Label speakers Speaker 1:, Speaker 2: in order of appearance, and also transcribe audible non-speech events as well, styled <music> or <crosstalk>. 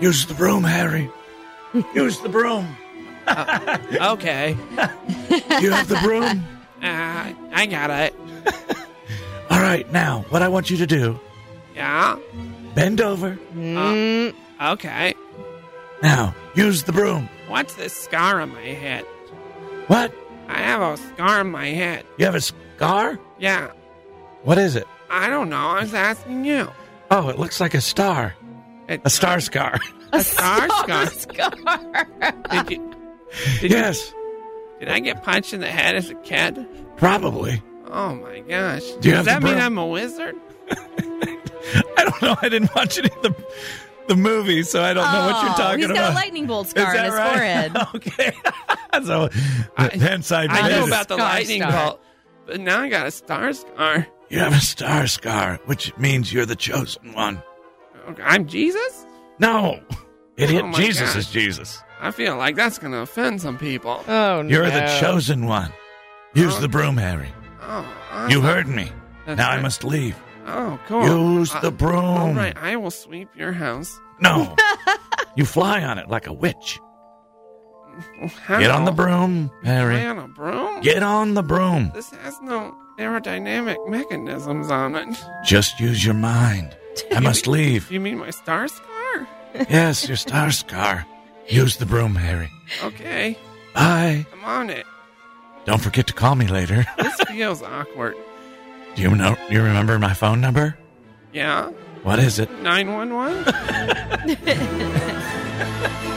Speaker 1: Use the broom, Harry. Use the broom.
Speaker 2: Okay.
Speaker 1: You have the broom.
Speaker 2: Uh, I got it.
Speaker 1: All right, now, what I want you to do,
Speaker 2: Yeah. Uh,
Speaker 1: bend over.
Speaker 3: Mm,
Speaker 2: Okay.
Speaker 1: Now, use the broom.
Speaker 2: What's this scar on my head?
Speaker 1: What?
Speaker 2: I have a scar on my head.
Speaker 1: You have a scar?
Speaker 2: Yeah.
Speaker 1: What is it?
Speaker 2: I don't know. I was asking you.
Speaker 1: Oh, it looks like a star.
Speaker 2: It-
Speaker 1: A star scar. <laughs>
Speaker 2: a
Speaker 3: <laughs>
Speaker 2: scar scar.
Speaker 3: Oh, scar.
Speaker 2: Did you, did, you-
Speaker 1: yes,
Speaker 2: did I get punched in the head as a kid?
Speaker 1: probably.
Speaker 2: Oh my gosh.
Speaker 1: Do you have
Speaker 2: Does that
Speaker 1: the
Speaker 2: mean
Speaker 1: broom?
Speaker 2: I'm a wizard?
Speaker 1: I don't know. I didn't watch any of the, the movie, so I don't know what you're
Speaker 3: Oh,
Speaker 1: talking
Speaker 3: he's
Speaker 1: about.
Speaker 3: got a lightning bolt
Speaker 1: Is
Speaker 3: scar on
Speaker 1: that
Speaker 3: his
Speaker 1: right? <laughs>
Speaker 3: forehead.
Speaker 1: okay. <laughs> so, uh,
Speaker 2: I-
Speaker 1: hence I,
Speaker 2: I know
Speaker 1: debated.
Speaker 2: about the
Speaker 3: Scar
Speaker 2: lightning
Speaker 3: scar.
Speaker 2: bolt, but now I got a star scar.
Speaker 1: You have a star scar, which means you're the chosen one.
Speaker 2: Okay, I'm Jesus? <laughs>
Speaker 1: No, idiot.
Speaker 2: Oh my
Speaker 1: Jesus
Speaker 2: God.
Speaker 1: is Jesus.
Speaker 2: I feel like that's going to offend some people.
Speaker 3: Oh no!
Speaker 1: You're the chosen one. Use
Speaker 2: Oh.
Speaker 1: the broom, Harry.
Speaker 2: Oh, awesome.
Speaker 1: You heard me.
Speaker 2: That's
Speaker 1: now I
Speaker 2: right.
Speaker 1: must leave.
Speaker 2: Oh, cool.
Speaker 1: Use
Speaker 2: Uh,
Speaker 1: the broom.
Speaker 2: All right, I will sweep your house. <laughs>
Speaker 1: No. you fly on it like a witch.
Speaker 2: How?
Speaker 1: Get on the broom,
Speaker 2: Fly
Speaker 1: Harry.
Speaker 2: on a broom?
Speaker 1: Get on the broom.
Speaker 2: This has no aerodynamic mechanisms on it.
Speaker 1: Just use your mind.
Speaker 2: <laughs>
Speaker 1: I must leave.
Speaker 2: Do you mean my star scar?
Speaker 1: Yes, your star scar. Use the broom, Harry.
Speaker 2: Okay,
Speaker 1: Bye.
Speaker 2: I'm on it.
Speaker 1: Don't forget to call me later. <laughs>
Speaker 2: This feels awkward.
Speaker 1: Do you know? You remember my phone number?
Speaker 2: Yeah?
Speaker 1: What is it?
Speaker 2: 911?